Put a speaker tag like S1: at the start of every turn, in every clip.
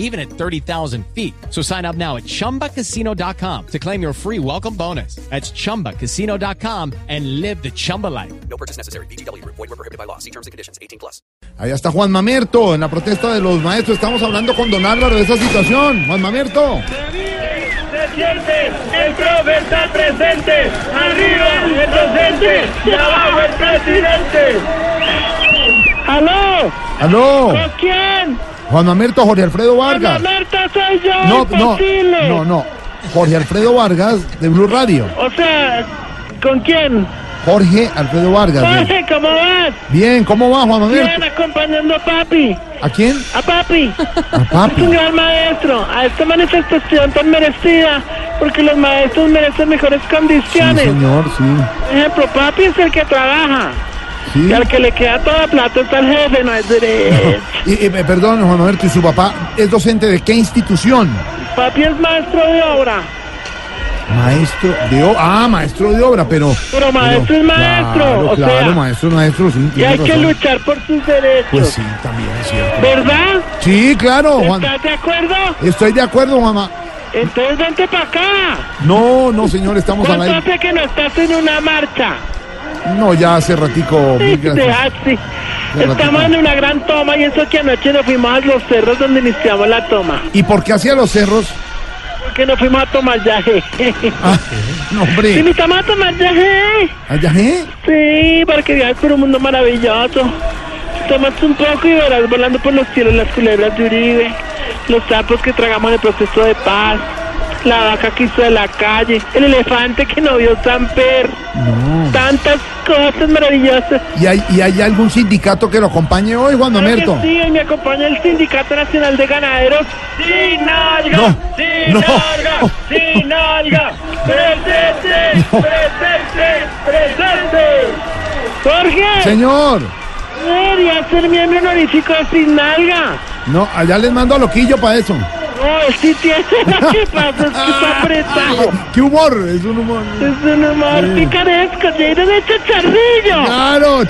S1: even at 30,000 feet. So sign up now at ChumbaCasino.com to claim your free welcome bonus. That's ChumbaCasino.com and live the Chumba life.
S2: No purchase necessary. BGW. Void were prohibited by law. See terms and conditions. 18 plus.
S3: Allá está Juan Mamerto en la protesta de los maestros. Estamos hablando con Don Álvaro de esa situación. Juan Mamerto.
S4: Se siente, el profe está presente, arriba el docente y abajo el presidente. ¡Aló!
S3: Aló.
S4: ¿Con quién?
S3: Juan Mamerto, Jorge Alfredo Vargas.
S4: Marta soy yo,
S3: No, no,
S4: imposible.
S3: no, no. Jorge Alfredo Vargas de Blue Radio.
S4: O sea, ¿con quién?
S3: Jorge Alfredo Vargas. de-
S4: Jorge, ¿cómo vas?
S3: Bien, ¿cómo va Juan
S4: Bien,
S3: Mamerto?
S4: acompañando a papi,
S3: ¿A quién?
S4: a papi.
S3: A
S4: Es un
S3: papi.
S4: gran maestro, a esta manifestación tan merecida, porque los maestros merecen mejores
S3: Sí,
S4: condiciones.
S3: señor, sí.
S4: Por ejemplo, papi es el que trabaja.
S3: sí.
S4: Y al que le queda toda plata está el jefe, no es derecho.
S3: Y, y, perdón, Juan Mamerto, ¿y su papá es docente de qué institución?
S4: Papi es maestro de obra,
S3: Maestro de obra. Ah, maestro de obra, pero.
S4: pero maestro es maestro.
S3: Claro,
S4: o
S3: claro,
S4: sea,
S3: maestro, maestro, sí.
S4: y
S3: tiene
S4: hay que
S3: razón.
S4: luchar por sus derechos.
S3: Pues sí, también es cierto.
S4: ¿Verdad?
S3: Sí, claro, Oh, Juan.
S4: ¿Estás de acuerdo?
S3: Estoy de acuerdo, mamá.
S4: Entonces vente para acá.
S3: No, no, señor, estamos al
S4: ¿Cuánto
S3: aire.
S4: hace que no estás en una marcha?
S3: No, ya hace ratico. mil
S4: Este,
S3: gracias.
S4: ah, sí.
S3: ratito.
S4: Estamos en una gran toma y eso que anoche nos fuimos a los cerros donde iniciamos la toma.
S3: ¿Y por qué hacía los cerros?
S4: Porque nos fuimos a tomar yaje.
S3: Ah, no,
S4: Sí,
S3: hombre.
S4: nos estamos a tomar yaje.
S3: Allá, ¿eh?
S4: Sí, para que viajes por un mundo maravilloso. Tómate un poco y verás volando por los cielos las culebras de Uribe, los sapos que tragamos en el proceso de paz, la vaca que hizo de la calle, el elefante que no vio Samper. Tantas cosas maravillosas.
S3: ¿Y hay, ¿Y hay algún sindicato que lo acompañe hoy, Juan
S4: Claro que
S3: Mamerto?
S4: Sí, y me acompaña el Sindicato Nacional de Ganaderos. ¡Sin nalga!
S3: No,
S4: ¡Sin
S3: no. Oh.
S4: nalga! ¡Sin nalga! ¡Presente! ¡Presente! ¡Presente! ¡Jorge!
S3: Señor.
S4: Debería ser miembro honorífico de Sin Nalga.
S3: No, allá les mando a Loquillo para eso.
S4: No, él sí tiene. Lo que pasa es que está apretado.
S3: ¡Qué humor! Es un humor.
S4: Es un humor picaresco, lleno de chacharrillo.
S3: ¡Claro,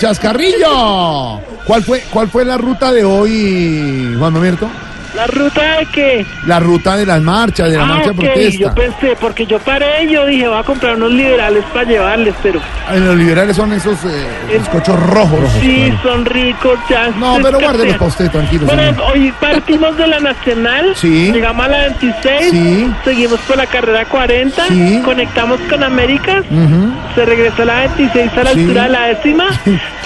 S3: chascarrillo! ¿Cuál fue, ¿Cuál fue la ruta de hoy, Juan Mamerto?
S4: ¿La ruta de qué?
S3: La ruta de las marchas, de la marcha de
S4: Ah, yo
S3: protesta.
S4: pensé, porque yo paré y yo dije, voy a comprar unos liberales para llevarles, pero
S3: Ay, Los liberales son esos eh, bizcochos rojos.
S4: sí,
S3: claro.
S4: son ricos ya.
S3: No,
S4: se
S3: pero
S4: escasean.
S3: guárdelo para usted, tranquilo.
S4: Bueno,
S3: señor.
S4: hoy partimos de la Nacional,
S3: Sí.
S4: llegamos a la 26,
S3: Sí.
S4: seguimos por la carrera 40,
S3: Sí.
S4: conectamos con Américas, se regresó a la 26 a la
S3: Sí.
S4: altura de la décima,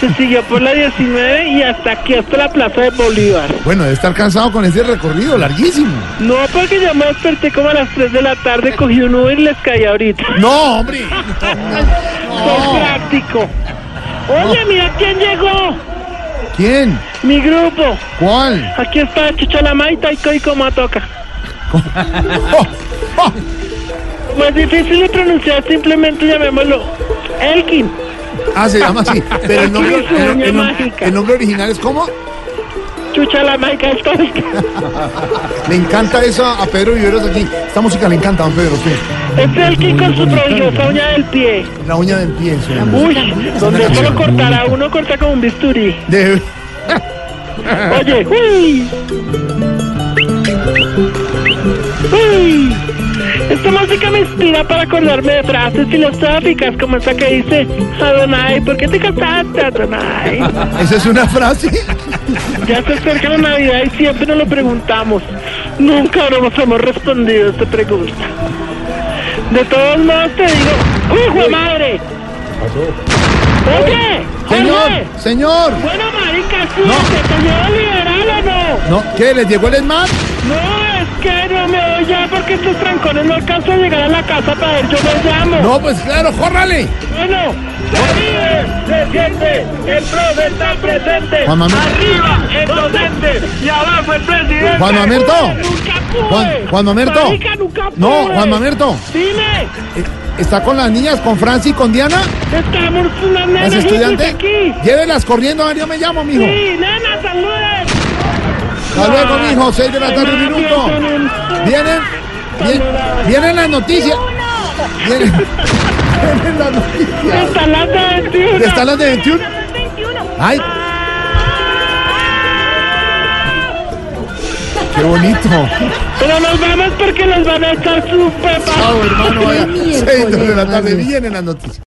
S4: se siguió por la 19 y hasta aquí, hasta la plaza de Bolívar.
S3: Bueno, debe estar cansado con ese recorrido larguísimo.
S4: No, porque yo me desperté como a las 3 de la tarde, cogí un Uber y les caí ahorita.
S3: No, hombre.
S4: Soy práctico. Oye, mira quién llegó,
S3: ¿Quién?
S4: mi grupo.
S3: ¿Cuál?
S4: Aquí está Chicholamay, y como toca.
S3: Oh, oh.
S4: Como es difícil de pronunciar, simplemente llamémoslo Elkin.
S3: Ah, se llama así. Pero el nombre, el- el- el nom- el nombre original es ¿cómo?
S4: Chucha la maica histórica.
S3: Le encanta eso a Pedro Viveros aquí. Esta música le encanta a don Pedro. sí.
S4: Es Elkin con su prodigiosa uña del pie.
S3: La uña del pie. sí.
S4: Uy, donde
S3: canción
S4: solo
S3: muy
S4: cortará uno, corta con un bisturí.
S3: De-
S4: Oye, uy. Uy. Esta música me inspira para acordarme de frases filosóficas como esta que dice Adonai, ¿por qué te casaste, Adonai?
S3: Esa es una frase.
S4: Ya se acerca la Navidad y siempre nos lo preguntamos. Nunca nos hemos respondido esta pregunta. De todos modos te digo, ¡hijo de madre! Oye, Jorge,
S3: Señor, señor.
S4: bueno, marica, sí, ¿te te llevo liberal o no?
S3: No, ¿qué? ¿Les llegó el ESMAD?
S4: No, es que no me voy ya porque estos trancones no alcanzo a llegar a la casa para ver, yo los llamo.
S3: No, pues claro, córrale.
S4: Bueno, se vive, se siente, el profe está presente.
S3: Juan Manuel.
S4: Arriba el docente y abajo el presidente.
S3: Juan Mamerto.
S4: Nunca pude.
S3: Juan- Juan Mamerto.
S4: Marica, nunca
S3: No,
S4: pude.
S3: Juan Mamerto.
S4: Dime.
S3: Eh, ¿Está con las niñas, con Franci y con Diana?
S4: Estamos unas
S3: ¿Las
S4: nenas hijos
S3: estudiantes?
S4: aquí.
S3: Llévelas corriendo, a ver, yo me llamo, mijo.
S4: Sí, nenas, saluden.
S3: Hasta luego, mijo, seis de la tarde, un minuto. Vienen, vie- vienen las noticias. Vienen, vienen las noticias.
S4: Hasta las 21.
S3: ¿Están las de Ah. 21? Ay. Qué bonito.
S4: Pero nos vamos porque nos van a estar súper
S3: Bravo, hermano, vaya. Seis de la tarde, vienen las noticias.